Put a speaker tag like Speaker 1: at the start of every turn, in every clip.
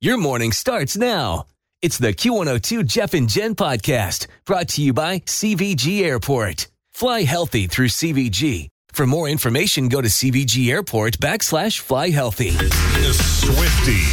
Speaker 1: Your morning starts now. It's the Q102 Jeff and Jen podcast brought to you by CVG Airport. Fly healthy through CVG. For more information, go to CVG Airport backslash fly healthy.
Speaker 2: a Swifty.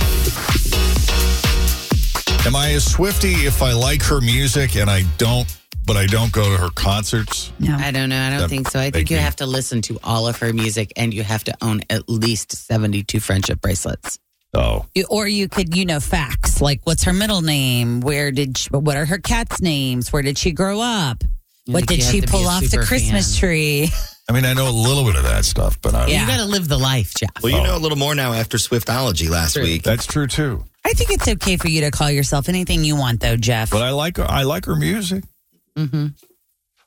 Speaker 2: Am I a Swifty if I like her music and I don't, but I don't go to her concerts?
Speaker 3: I don't know. I don't
Speaker 2: That
Speaker 3: think so. I
Speaker 2: make
Speaker 3: think you
Speaker 2: me-
Speaker 3: have to listen to all of her music and you have to own at least 72 friendship bracelets.
Speaker 2: Oh,
Speaker 4: You- or you could you know facts like what's her middle name where did she, what are her cat's names where did she grow up
Speaker 3: I
Speaker 4: what
Speaker 3: think you
Speaker 4: did
Speaker 3: have
Speaker 4: she
Speaker 3: to be
Speaker 4: pull
Speaker 3: a
Speaker 4: off the
Speaker 3: super
Speaker 4: christmas
Speaker 3: fan.
Speaker 4: tree
Speaker 2: I mean, I know a little bit of that stuff, but I
Speaker 3: You
Speaker 4: Yeah.
Speaker 3: got to live the life, Jeff.
Speaker 5: Well, you know a little more now after Swiftology last
Speaker 3: True.
Speaker 5: week.
Speaker 2: that's true too.
Speaker 4: i think it's okay for you to call yourself anything you want though jeff
Speaker 2: But I like her. I like her music.
Speaker 3: Mm-hmm.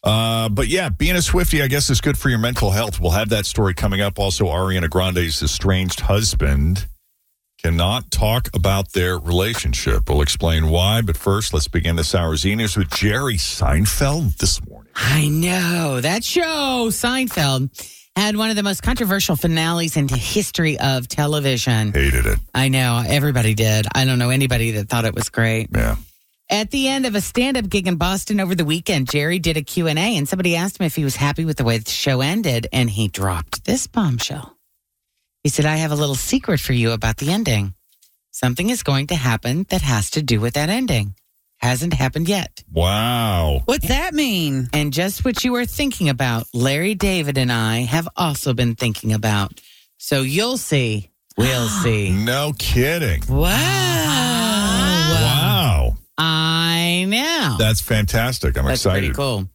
Speaker 2: Uh, but yeah, being a Swifty, I guess, is good for your mental health. We'll have that story coming up. Also, Ariana Grande's estranged husband cannot talk about their relationship. We'll explain why. But first, let's begin this hour's e news with Jerry Seinfeld this morning.
Speaker 3: I know. That show, Seinfeld, had one of the most controversial finales in the history of television.
Speaker 2: Hated it.
Speaker 3: I know. Everybody did. I don't know anybody that thought it was great.
Speaker 2: Yeah.
Speaker 3: At the end of a stand-up gig in Boston over the weekend, Jerry did a Q&A and somebody asked him if he was happy with the way the show ended and he dropped this bombshell. He said, "I have a little secret for you about the ending. Something is going to happen that has to do with that ending. Hasn't happened yet.
Speaker 2: Wow.
Speaker 4: what's that mean
Speaker 3: And just what you were thinking about, Larry David and I have also been thinking about. So you'll see. We'll see."
Speaker 2: No kidding.
Speaker 3: Wow.
Speaker 2: Wow.
Speaker 3: I know.
Speaker 2: That's fantastic. I'm
Speaker 3: That's
Speaker 2: excited.
Speaker 3: pretty cool.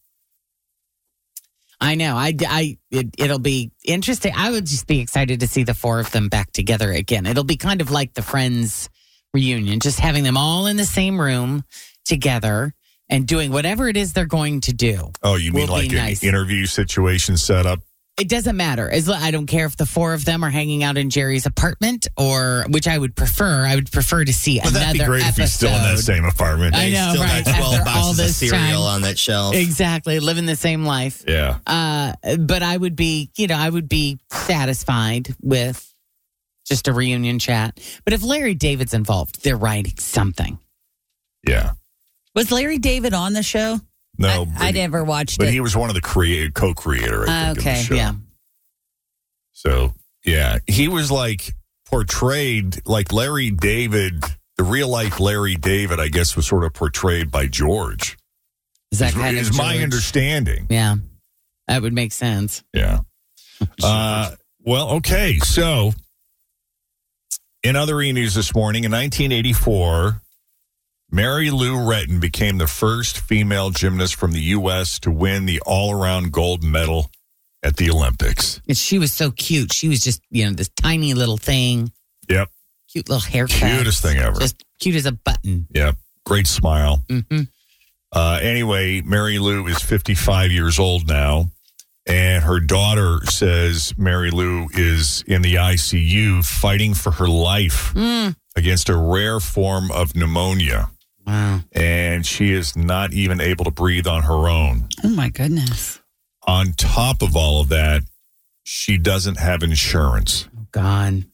Speaker 3: I know. I, I it, it'll be interesting. I would just be excited to see the four of them back together again. It'll be kind of like the Friends reunion, just having them all in the same room together and doing whatever it is they're going to do.
Speaker 2: Oh, you mean
Speaker 3: Will be
Speaker 2: like an
Speaker 3: nice.
Speaker 2: interview situation set up?
Speaker 3: It doesn't matter. As lo- I don't care if the four of them are hanging out in Jerry's apartment or which I would prefer. I would prefer to see
Speaker 2: Well,
Speaker 3: another
Speaker 2: that'd be great if he's still in that
Speaker 3: episode.
Speaker 2: same apartment.
Speaker 3: I
Speaker 5: They
Speaker 3: know,
Speaker 5: still
Speaker 3: right?
Speaker 5: had 12
Speaker 3: After all
Speaker 5: boxes of
Speaker 3: this
Speaker 5: cereal
Speaker 3: time.
Speaker 5: on that shelf.
Speaker 3: Exactly, living the same life.
Speaker 2: Yeah.
Speaker 3: Uh, but I would be, you know, I would be satisfied with just a reunion chat. But if Larry David's involved, they're writing something.
Speaker 2: Yeah.
Speaker 4: was larry david on the show
Speaker 2: No.
Speaker 4: I, I
Speaker 2: but-
Speaker 4: never watched
Speaker 2: But
Speaker 4: it
Speaker 2: he was one of the create co-creator. I
Speaker 4: Ah,
Speaker 2: think, of
Speaker 4: okay,
Speaker 2: the show.
Speaker 3: Yeah.
Speaker 2: So yeah, he was like portrayed like Larry David, the real life Larry David. I guess was sort of portrayed by George.
Speaker 3: Is that
Speaker 2: is,
Speaker 3: kind
Speaker 2: is
Speaker 3: of
Speaker 2: my
Speaker 3: George?
Speaker 2: understanding.
Speaker 3: Yeah. That would make sense.
Speaker 2: Yeah. Uh, well, okay. So, in other e news this morning, in 1984, Mary Lou Retton became the first female gymnast from the U.S. to win the all around gold medal at the Olympics.
Speaker 3: And she was so cute. She was just, you know, this tiny little thing.
Speaker 2: Yep.
Speaker 3: Cute little haircut.
Speaker 2: Cutest thing ever.
Speaker 3: Just cute as a button.
Speaker 2: Yep. Great smile.
Speaker 3: hmm
Speaker 2: Uh, anyway, Mary Lou is 55 years old now, and her daughter says Mary Lou is in the ICU fighting for her life
Speaker 3: Mm.
Speaker 2: against a rare form of pneumonia,
Speaker 3: Wow.
Speaker 2: and she is not even able to breathe on her own.
Speaker 4: oh my goodness
Speaker 2: On top of all of that, she doesn't have insurance.
Speaker 3: Oh, God.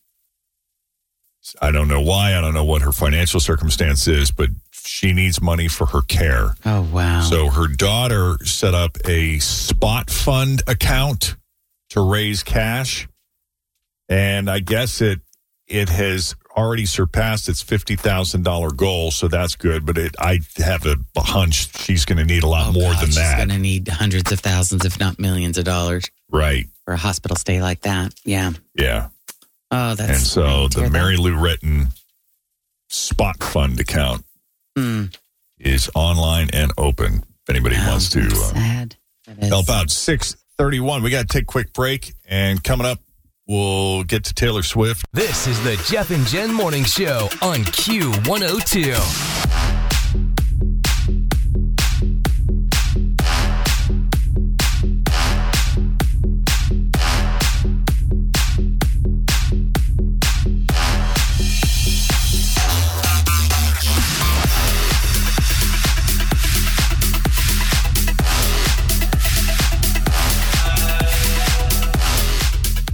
Speaker 2: I don't know why. I don't know what her financial circumstance is, but she needs money for her care.
Speaker 3: Oh, wow.
Speaker 2: So her daughter set up a spot fund account to raise cash. And I guess it it has already surpassed its fifty thousand dollar goal, so that's good. But it, I have a hunch she's going to need a lot
Speaker 3: Oh,
Speaker 2: more
Speaker 3: God,
Speaker 2: than
Speaker 3: she's
Speaker 2: that,
Speaker 3: going to need hundreds of thousands, if not millions of dollars
Speaker 2: right?
Speaker 3: for a hospital stay like that. Yeah.
Speaker 2: Yeah.
Speaker 3: Oh, that's.
Speaker 2: and so the
Speaker 3: tear that.
Speaker 2: Mary Lou Retton Spot Fund account
Speaker 3: Hmm.
Speaker 2: is online and open. If anybody
Speaker 3: Wow,
Speaker 2: wants to
Speaker 3: Oh, that's
Speaker 2: uh,
Speaker 3: sad. That is.
Speaker 2: help out, six thirty-one. We got to take a quick break, and coming up, we'll get to Taylor Swift.
Speaker 1: This is the Jeff and Jen Morning Show on Q102.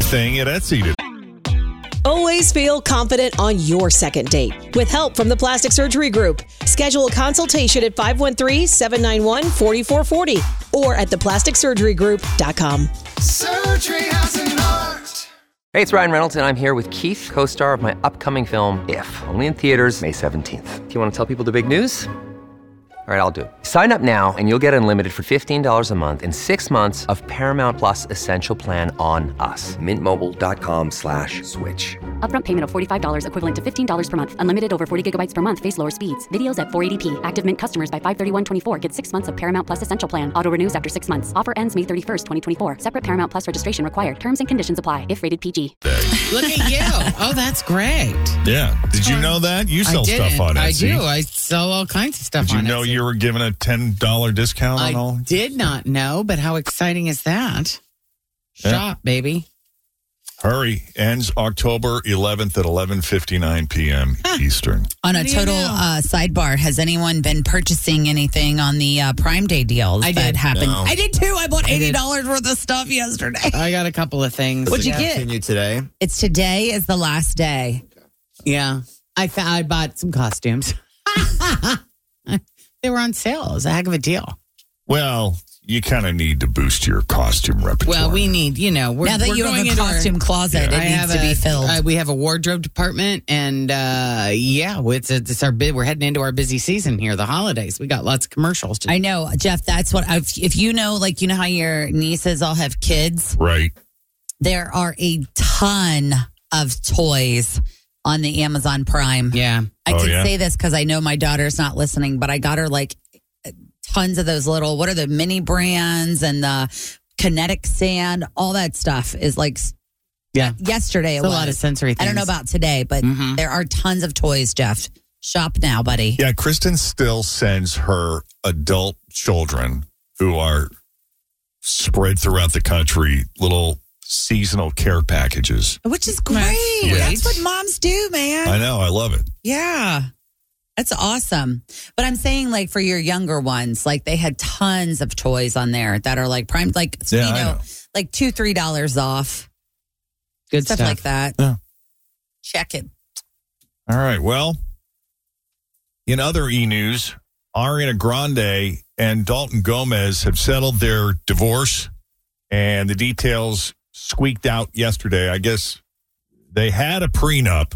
Speaker 2: Thing at Etsy today.
Speaker 6: Always feel confident on your second date with help from the Plastic Surgery Group. Schedule a consultation at 513 791 4440 or at theplasticsurgerygroup.com.
Speaker 7: Surgery has an art.
Speaker 8: Hey, it's Ryan Reynolds, and I'm here with Keith, co star of my upcoming film, If, only in theaters, May 17th. Do you want to tell people the big news? All right, I'll do it. Sign up now and you'll get unlimited for $15 a month in six months of Paramount Plus Essential Plan on us. Mintmobile.com slash switch.
Speaker 9: Upfront payment of $45 equivalent to $15 per month. Unlimited over 40 gigabytes per month. Face lower speeds. Videos at 480p. Active Mint customers by 531.24 get six months of Paramount Plus Essential Plan. Auto renews after six months. Offer ends May 31st, 2024. Separate Paramount Plus registration required. Terms and conditions apply if rated PG.
Speaker 3: Look at you. Oh, that's great.
Speaker 2: Yeah. Did you know that you
Speaker 3: I
Speaker 2: sell
Speaker 3: didn't.
Speaker 2: stuff on
Speaker 3: I
Speaker 2: Etsy?
Speaker 3: do. I sell all kinds of stuff
Speaker 2: Did you
Speaker 3: on
Speaker 2: know
Speaker 3: Etsy.
Speaker 2: you were given a ten dollar discount on all?
Speaker 3: I did not know, but how exciting is that?
Speaker 2: Yeah.
Speaker 3: Shop, baby.
Speaker 2: Hurry ends October 11th at 11:59 p.m. Eastern.
Speaker 4: On a
Speaker 3: What do you
Speaker 4: total
Speaker 3: know?
Speaker 4: uh, sidebar, has anyone been purchasing anything on the uh, Prime Day deals
Speaker 3: I
Speaker 4: that
Speaker 3: did.
Speaker 4: happened?
Speaker 5: No.
Speaker 4: I did too. I bought
Speaker 3: I did.
Speaker 4: eighty dollars worth of stuff yesterday.
Speaker 3: I got a couple of things.
Speaker 5: Does
Speaker 4: What'd
Speaker 5: it
Speaker 4: you get?
Speaker 5: Continue today.
Speaker 4: It's today is the last day.
Speaker 3: Yeah. I fa- I bought some costumes. they were on sale. It was a heck of a deal.
Speaker 2: Well, you kind of need to boost your costume repertoire.
Speaker 3: Well, we need, you know, we're,
Speaker 4: now that
Speaker 3: we're
Speaker 4: you
Speaker 3: going
Speaker 4: have a
Speaker 3: into our-
Speaker 4: costume closet,
Speaker 3: I
Speaker 4: it needs
Speaker 3: have
Speaker 4: to
Speaker 3: a-
Speaker 4: be filled.
Speaker 3: uh, we have a wardrobe department, and uh, yeah, well, it's, it's our bid. We're heading into our busy season here, the holidays. We got lots of commercials. To-
Speaker 4: I know, Jeff. That's what I've, if you know, like you know how your nieces all have kids.
Speaker 2: right.
Speaker 4: There are a ton of toys on the Amazon Prime.
Speaker 3: yeah.
Speaker 4: I
Speaker 2: Oh,
Speaker 4: can
Speaker 2: yeah?
Speaker 4: say this because I know my daughter's not listening, but I got her like tons of those little. What are the mini brands and the kinetic sand? All that stuff is like s-
Speaker 3: Yeah.
Speaker 4: yesterday.
Speaker 3: It's
Speaker 4: it
Speaker 3: a
Speaker 4: was.
Speaker 3: lot of sensory things.
Speaker 4: I don't know about today, but
Speaker 3: Mhm.
Speaker 4: there are tons of toys, Jeff. Shop now, buddy.
Speaker 2: Yeah, Kristen still sends her adult children who are spread throughout the country little seasonal care packages.
Speaker 4: Which is great.
Speaker 3: great.
Speaker 4: That's what moms do, man.
Speaker 2: I know, I love it.
Speaker 4: Yeah. That's awesome. But I'm saying like for your younger ones, like they had tons of toys on there that are like prime like
Speaker 2: Yeah,
Speaker 4: you
Speaker 2: I
Speaker 4: know,
Speaker 2: know.
Speaker 4: like two, three dollars off.
Speaker 3: good
Speaker 4: stuff,
Speaker 3: stuff.
Speaker 4: like that.
Speaker 2: Yeah.
Speaker 4: Check it.
Speaker 2: All right. Well, in other e news, Ariana Grande and Dalton Gomez have settled their divorce, and the details squeaked out yesterday. I guess they had a prenup.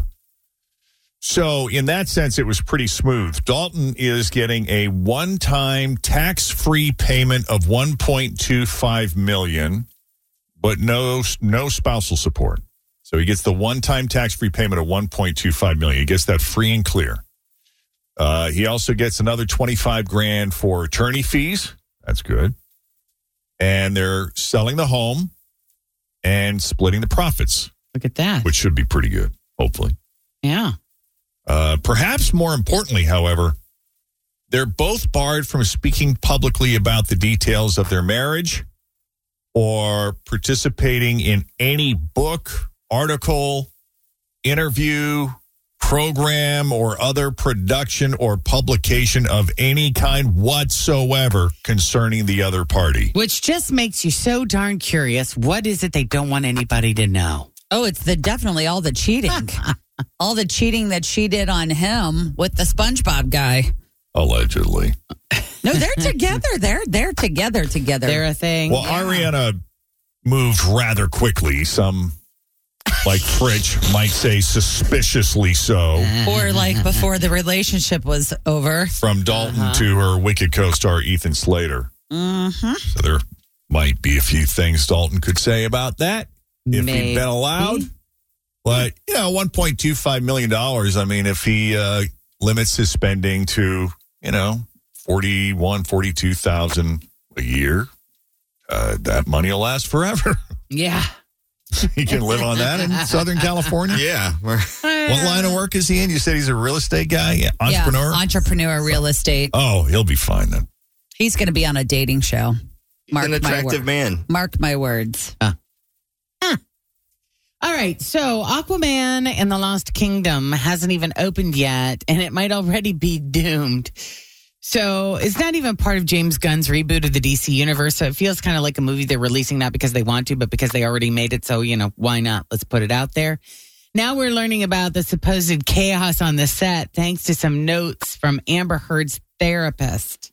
Speaker 2: So, in that sense, it was pretty smooth. Dalton is getting a one time tax free payment of $1.25 million, but no, no spousal support. So he gets the one-time tax-free payment of 1.25 million. He gets that free and clear. Uh, he also gets another 25 grand for attorney fees. That's good. And they're selling the home and splitting the profits,
Speaker 3: Look at that.
Speaker 2: which should be pretty good, hopefully.
Speaker 3: yeah.
Speaker 2: Uh, perhaps more importantly, however, they're both barred from speaking publicly about the details of their marriage or participating in any book, article, interview, program, or other production or publication of any kind whatsoever concerning the other party.
Speaker 3: Which just makes you so darn curious. What is it they don't want anybody to know?
Speaker 4: Oh, it's the definitely all the cheating. all the cheating that she did on him with the SpongeBob guy.
Speaker 2: Allegedly.
Speaker 4: No, they're together. They're they're together together.
Speaker 3: They're a thing.
Speaker 2: Well, Ariana moved rather quickly. Some like Fritch might say, suspiciously so.
Speaker 4: or like before the relationship was over.
Speaker 2: From Dalton to her Wicked co star, Ethan Slater.
Speaker 4: Mm-hmm.
Speaker 2: So there might be a few things Dalton could say about that if he'd
Speaker 4: Maybe.
Speaker 2: been allowed. But you know, one point two five million dollars. I mean, if he uh, limits his spending to you know forty one, forty two thousand a year, uh, that money will last forever.
Speaker 3: Yeah.
Speaker 2: he can live on that in Southern California.
Speaker 5: Yeah.
Speaker 2: What line of work is he in? You said he's a real estate guy, yeah, entrepreneur.
Speaker 4: Yeah, entrepreneur, real estate.
Speaker 2: oh, he'll be fine then.
Speaker 4: He's going to be on a dating show. Mark
Speaker 5: an
Speaker 4: my
Speaker 5: attractive
Speaker 4: word.
Speaker 5: man.
Speaker 4: Mark my words.
Speaker 3: All right, so Aquaman and the Lost Kingdom hasn't even opened yet, and it might already be doomed. So it's not even part of James Gunn's reboot of the DC universe. So it feels kind of like a movie they're releasing not because they want to, but because they already made it. So you know why not? Let's put it out there. Now we're learning about the supposed chaos on the set thanks to some notes from Amber Heard's therapist.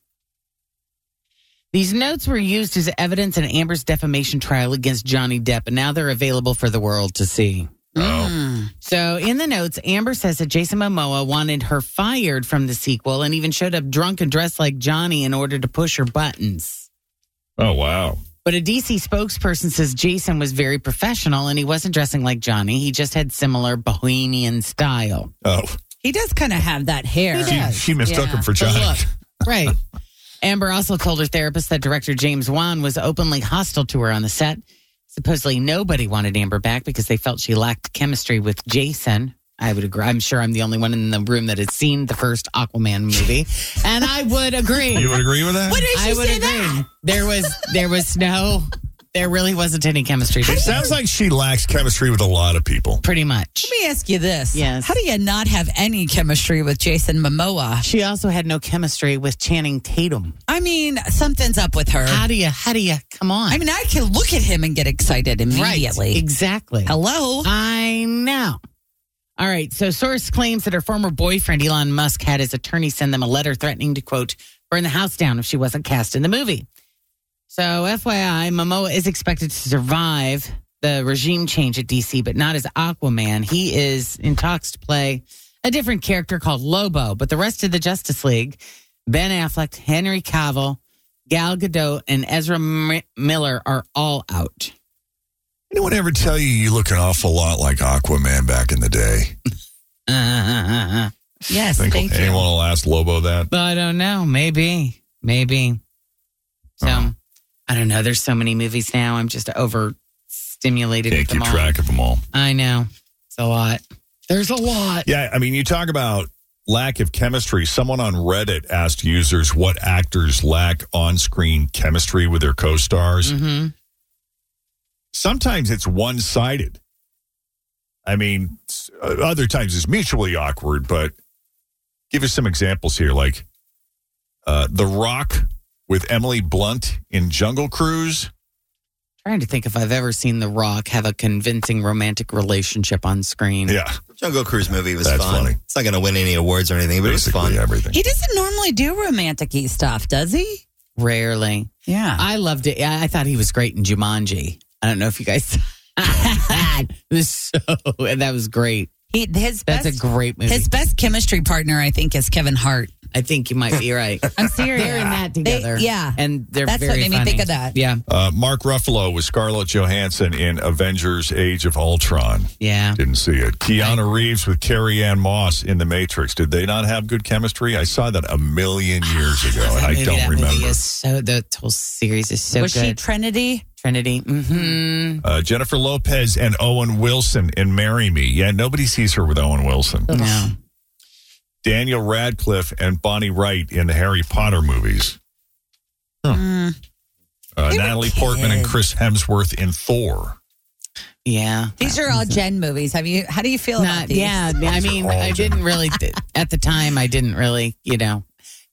Speaker 3: These notes were used as evidence in Amber's defamation trial against Johnny Depp, and now they're available for the world to see.
Speaker 4: Mm.
Speaker 3: So, in the notes, Amber says that Jason Momoa wanted her fired from the sequel and even showed up drunk and dressed like Johnny in order to push her buttons.
Speaker 2: Oh wow.
Speaker 3: But a DC spokesperson says Jason was very professional and he wasn't dressing like Johnny. He just had similar bohemian style.
Speaker 2: Oh,
Speaker 4: He does kind of have that hair.
Speaker 3: He
Speaker 2: she,
Speaker 3: does.
Speaker 2: she mistook him for Johnny.
Speaker 3: Right. Amber also told her therapist that director James Wan was openly hostile to her on the set. Supposedly, nobody wanted Amber back because they felt she lacked chemistry with Jason. I would agree. I'm sure I'm the only one in the room that has seen the first Aquaman movie, and I would agree.
Speaker 2: You would agree with that?
Speaker 4: What did she
Speaker 3: I would
Speaker 4: say
Speaker 3: agree.
Speaker 4: that?
Speaker 3: There was there was no, there really wasn't any chemistry.
Speaker 2: It sounds like she lacks chemistry with a lot of people.
Speaker 3: Pretty much.
Speaker 4: Let me ask you this.
Speaker 3: Yes.
Speaker 4: How do you not have any chemistry with Jason Momoa?
Speaker 3: She also had no chemistry with Channing Tatum.
Speaker 4: I mean, something's up with her.
Speaker 3: How do you? How do you? Come on.
Speaker 4: I mean, I can look at him and get excited immediately.
Speaker 3: Right. Uh, Exactly.
Speaker 4: Hello?
Speaker 3: I know. All right. So, source claims that her former boyfriend, Elon Musk, had his attorney send them a letter threatening to, quote, burn the house down if she wasn't cast in the movie. So, FYI, Momoa is expected to survive the regime change at DC, but not as Aquaman. He is in talks to play a different character called Lobo, but the rest of the Justice League, Ben Affleck, Henry Cavill, Gal Gadot, and Ezra Mi- Miller are all out.
Speaker 2: Anyone ever tell you you look an awful lot like Aquaman back in the day?
Speaker 3: Uh,
Speaker 4: Yes,
Speaker 2: Think
Speaker 4: thank you.
Speaker 2: anyone will ask Lobo that?
Speaker 3: I don't know. Maybe. Maybe. So
Speaker 2: Uh-huh.
Speaker 3: I don't know. There's so many movies now. I'm just overstimulated with
Speaker 2: Can't
Speaker 3: them
Speaker 2: keep
Speaker 3: all.
Speaker 2: track of them all.
Speaker 3: I know. It's a lot. There's a lot.
Speaker 2: Yeah, I mean, you talk about lack of chemistry. Someone on Reddit asked users what actors lack on screen chemistry with their co stars.
Speaker 3: Mm-hmm.
Speaker 2: Sometimes it's one sided. I mean, s- uh, other times it's mutually awkward, but give us some examples here like uh, The Rock with Emily Blunt in Jungle Cruise.
Speaker 3: Trying to think if I've ever seen The Rock have a convincing romantic relationship on screen.
Speaker 5: Mm-hmm.
Speaker 2: Yeah.
Speaker 5: Jungle Cruise movie was
Speaker 2: That's
Speaker 5: fun.
Speaker 2: funny.
Speaker 5: It's not going to win any awards or anything, but it was
Speaker 2: basically
Speaker 5: fun.
Speaker 2: everything.
Speaker 4: He doesn't normally do romantic y stuff, does he?
Speaker 3: Rarely.
Speaker 4: Yeah.
Speaker 3: I loved it. I I thought he was great in Jumanji. I don't know if you guys. it was so. And that was great.
Speaker 4: He his
Speaker 3: That's
Speaker 4: best
Speaker 3: a great movie.
Speaker 4: his best chemistry partner, I think, is Kevin Hart.
Speaker 3: I think you might be right.
Speaker 4: I'm serious.
Speaker 3: They're in that
Speaker 4: They-
Speaker 3: together.
Speaker 4: yeah.
Speaker 3: and they're
Speaker 4: That's what
Speaker 3: very
Speaker 4: made me
Speaker 3: funny.
Speaker 4: think of that.
Speaker 3: Yeah,
Speaker 2: Uh, Mark Ruffalo with Scarlett Johansson in Avengers Age of Ultron.
Speaker 3: yeah.
Speaker 2: Didn't see it. Keanu Reeves with Carrie Ann Moss in The Matrix. Did they not have good chemistry? I saw that a million years ago, and I
Speaker 3: Maybe
Speaker 2: don't
Speaker 3: that Movie
Speaker 2: remember.
Speaker 3: is so the whole series is so
Speaker 4: was she
Speaker 3: good.
Speaker 4: Trinity?
Speaker 3: Trinity. Mm-hmm.
Speaker 2: Uh, Jennifer Lopez and Owen Wilson in Marry Me. Yeah, nobody sees her with Owen Wilson.
Speaker 3: No.
Speaker 2: Daniel Radcliffe and Bonnie Wright in the Harry Potter movies.
Speaker 4: Mm.
Speaker 2: Uh,
Speaker 4: They were
Speaker 2: Natalie Portman and
Speaker 4: kids.
Speaker 2: Chris Hemsworth in Thor.
Speaker 3: Yeah.
Speaker 4: These are all Gen movies. Have you? How do you feel about
Speaker 3: Not,
Speaker 4: these?
Speaker 3: yeah. I mean, I didn't really at the time. I didn't really, you know.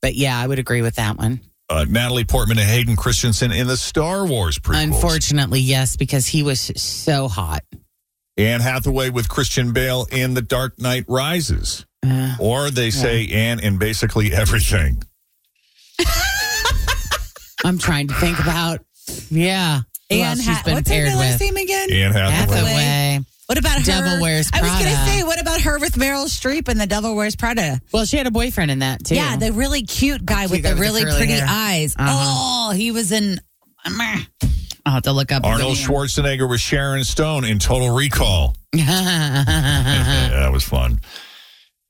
Speaker 3: But yeah, I would agree with that one.
Speaker 2: Uh, Natalie Portman and Hayden Christensen in the Star Wars prequels.
Speaker 3: Unfortunately, yes, because he was so hot.
Speaker 2: Anne Hathaway with Christian Bale in The Dark Knight Rises.
Speaker 3: Uh,
Speaker 2: Or they say Anne in basically everything.
Speaker 3: I'm trying to think about. Yeah. who
Speaker 4: Anne
Speaker 3: else she's
Speaker 4: Ha-
Speaker 3: been
Speaker 4: what's her
Speaker 3: paired
Speaker 4: last
Speaker 3: with.
Speaker 4: name again?
Speaker 2: Anne Hathaway.
Speaker 3: Hathaway.
Speaker 4: What about her?
Speaker 3: Devil Wears Prada.
Speaker 4: I was going to say, what about her with Meryl Streep and The Devil Wears Prada?
Speaker 3: Well, she had a boyfriend in that too. Oh,
Speaker 4: Yeah, the really cute guy
Speaker 3: cute
Speaker 4: with
Speaker 3: guy
Speaker 4: the
Speaker 3: with the
Speaker 4: really
Speaker 3: curly
Speaker 4: pretty
Speaker 3: hair.
Speaker 4: eyes.
Speaker 3: Uh-huh.
Speaker 4: Oh, he was in. I'll have to look up.
Speaker 2: Arnold Schwarzenegger with Sharon Stone in Total Recall.
Speaker 5: Mm-hmm.
Speaker 2: that was fun.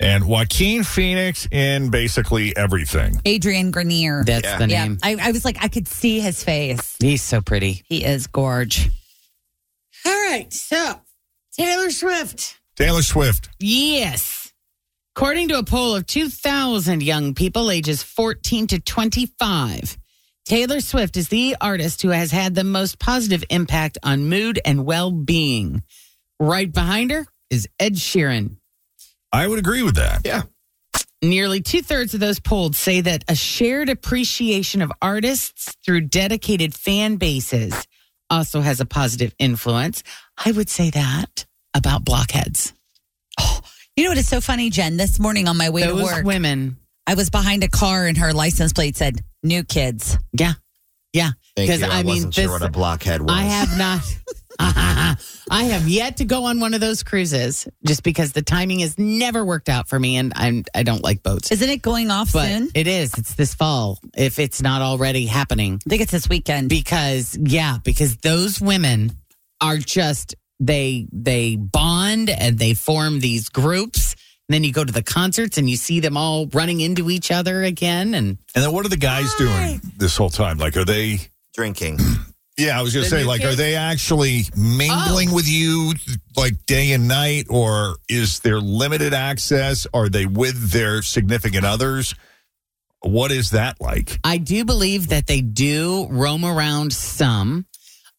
Speaker 2: And Joaquin Phoenix in basically everything.
Speaker 4: Adrian Grenier.
Speaker 3: That's Yeah. the name.
Speaker 4: I, I was like, I could see his face.
Speaker 3: He's so pretty.
Speaker 4: He is gorge.
Speaker 3: All right, so Taylor Swift.
Speaker 2: Taylor Swift.
Speaker 3: Yes. According to a poll of 2,000 young people ages 14 to 25, Taylor Swift is the artist who has had the most positive impact on mood and well being. Right behind her is Ed Sheeran.
Speaker 2: I would agree with that. Yeah.
Speaker 3: Nearly two thirds of those polled say that a shared appreciation of artists through dedicated fan bases also has a positive influence. I would say that about blockheads.
Speaker 4: You know what is so funny, Jen? This morning on my way
Speaker 3: Those
Speaker 4: to work,
Speaker 3: women.
Speaker 4: I was behind a car and her license plate said "New Kids."
Speaker 3: Yeah, yeah.
Speaker 5: Thank
Speaker 3: Because
Speaker 5: you. I,
Speaker 3: I mean,
Speaker 5: wasn't sure
Speaker 3: this-
Speaker 5: what a blockhead was.
Speaker 3: I have not. I have yet to go on one of those cruises just because the timing has never worked out for me and I'm I don't like boats.
Speaker 4: Isn't it going off
Speaker 3: but
Speaker 4: soon?
Speaker 3: it is. It's this fall if it's not already happening.
Speaker 4: I think it's this weekend.
Speaker 3: Because yeah, because those women are just they they bond and they form these groups. And then you go to the concerts and you see them all running into each other again and
Speaker 2: And then what are the guys doing this whole time? Like, are they.
Speaker 5: Drinking.
Speaker 2: Yeah, I was going to
Speaker 3: The
Speaker 2: say,
Speaker 3: new
Speaker 2: like,
Speaker 3: kids?
Speaker 2: are they actually mingling with you like day and night, or is there limited access? Are they with their significant others? What is that like?
Speaker 3: I do believe that they do roam around some.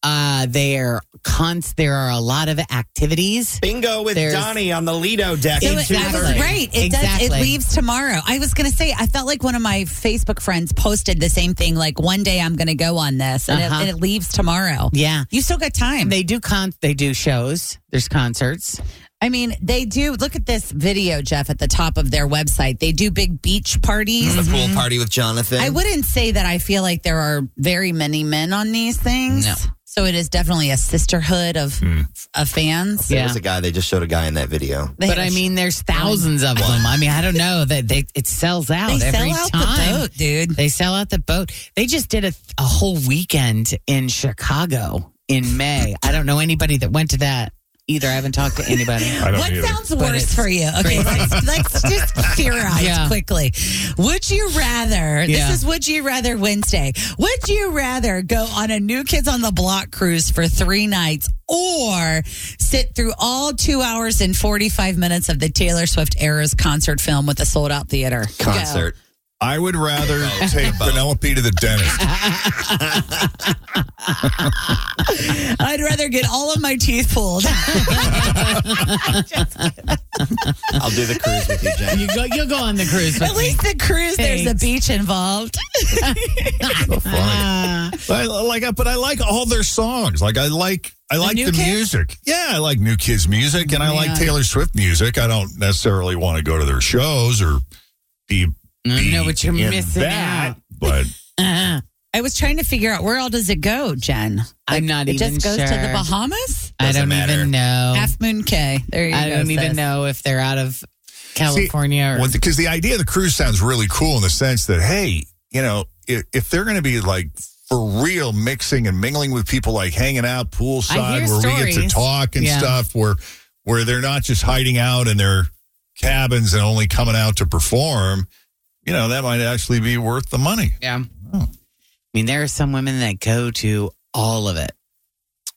Speaker 3: Uh, there cons there are a lot of activities.
Speaker 5: Bingo with
Speaker 3: There's-
Speaker 5: Donnie on the Lido deck.
Speaker 4: So
Speaker 5: in
Speaker 4: it- I was
Speaker 5: 2:30.
Speaker 4: right. It does.
Speaker 3: Exactly.
Speaker 4: It leaves tomorrow. I was gonna say. I felt like one of my Facebook friends posted the same thing. Like one day I'm gonna go on this, and,
Speaker 3: Uh-huh.
Speaker 4: it, and it leaves tomorrow.
Speaker 3: Yeah,
Speaker 4: You still got time.
Speaker 3: they do con they do shows. There's concerts.
Speaker 4: I mean, they do. Look at this video, Jeff, at the top of their website. They do big beach parties.
Speaker 5: The pool party with Jonathan.
Speaker 4: I wouldn't say that I feel like there are very many men on these things.
Speaker 5: No.
Speaker 4: So it is definitely a sisterhood of of fans.
Speaker 5: There
Speaker 3: Hmm. Yeah.
Speaker 5: was a guy. They just showed a guy in that video.
Speaker 4: They have
Speaker 3: but I
Speaker 4: a-
Speaker 3: mean, there's thousands of them. I mean, I don't know that they, it sells out
Speaker 4: they
Speaker 3: every
Speaker 4: sell out
Speaker 3: time.
Speaker 4: the boat, dude.
Speaker 3: They sell out the boat. They just did a, a whole weekend in Chicago in May. I don't know anybody that went to that either. I haven't talked to anybody.
Speaker 2: I don't
Speaker 4: What
Speaker 2: either.
Speaker 4: sounds
Speaker 3: But
Speaker 4: worse
Speaker 3: it's
Speaker 4: for you? Okay, let's, let's just theorize
Speaker 3: Yeah.
Speaker 4: quickly. Would you rather?
Speaker 3: Yeah.
Speaker 4: This is Would You Rather Wednesday. Would you rather go on a New Kids on the Block cruise for three nights or sit through all two hours and 45 minutes of the Taylor Swift Eras concert film with a sold out theater? Go.
Speaker 5: Concert. Oh,
Speaker 2: I would rather take Penelope to the dentist.
Speaker 4: I'd rather get all of my teeth pulled.
Speaker 5: I'll do the cruise with you, Jen.
Speaker 3: You go, you'll go on the cruise with
Speaker 4: At least the cruise, there's a
Speaker 3: Thanks.
Speaker 4: beach involved.
Speaker 5: So
Speaker 3: Ah.
Speaker 5: funny.
Speaker 2: I, like, but I like all their songs. Like, I like, I like
Speaker 4: New
Speaker 2: the
Speaker 4: Kids?
Speaker 2: music. Yeah, I like New Kids music, and I like
Speaker 4: Yeah.
Speaker 2: Taylor Swift music. I don't necessarily want to go to their shows or be.
Speaker 3: me. I
Speaker 2: be
Speaker 3: know what you're
Speaker 2: in
Speaker 3: missing
Speaker 2: that,
Speaker 3: out.
Speaker 2: But
Speaker 3: Uh-huh.
Speaker 4: I was trying to figure out where all does it go, Jen?
Speaker 3: I'm
Speaker 4: Like,
Speaker 3: not
Speaker 4: it
Speaker 3: even
Speaker 4: just goes to the
Speaker 3: sure.
Speaker 4: Bahamas?
Speaker 3: I
Speaker 5: Doesn't
Speaker 3: don't
Speaker 5: matter.
Speaker 3: even know.
Speaker 4: Half Moon K. There you
Speaker 3: I
Speaker 4: go,
Speaker 3: don't even
Speaker 4: sis.
Speaker 3: know if they're out of California or
Speaker 2: because the idea of the cruise sounds really cool in the sense that hey, you know, if, if they're going to be like for real mixing and mingling with people, like hanging out
Speaker 3: I
Speaker 2: poolside
Speaker 3: hear
Speaker 2: where we get to
Speaker 3: stories.
Speaker 2: talk and
Speaker 3: Yeah.
Speaker 2: stuff, where where they're not just hiding out in their cabins and only coming out to perform, you know, that might actually be worth the money.
Speaker 3: yeah. I mean, there are some women that go to all of it.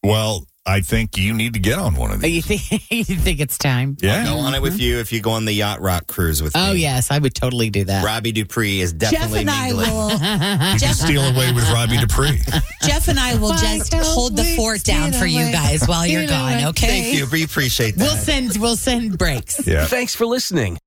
Speaker 2: Well, I think you need to get on one of
Speaker 3: Oh,
Speaker 2: these.
Speaker 3: you think you think it's time?
Speaker 2: Yeah.
Speaker 5: I'll go on it with you if you go on the yacht rock cruise with me.
Speaker 3: Oh yes, I would totally do that.
Speaker 5: Robbie Dupree is
Speaker 4: Jeff
Speaker 5: definitely
Speaker 4: and I
Speaker 5: mingling.
Speaker 4: will.
Speaker 2: You can steal away with Robbie Dupree.
Speaker 4: Jeff and I will
Speaker 3: Why
Speaker 4: just
Speaker 3: don't
Speaker 4: hold the
Speaker 3: we
Speaker 4: fort down
Speaker 3: steal
Speaker 4: for you
Speaker 3: away?
Speaker 4: guys while you're
Speaker 3: Steal away.
Speaker 4: gone. Okay.
Speaker 5: Thank you. We appreciate that.
Speaker 3: We'll send we'll send breaks.
Speaker 2: Yeah.
Speaker 1: Thanks for listening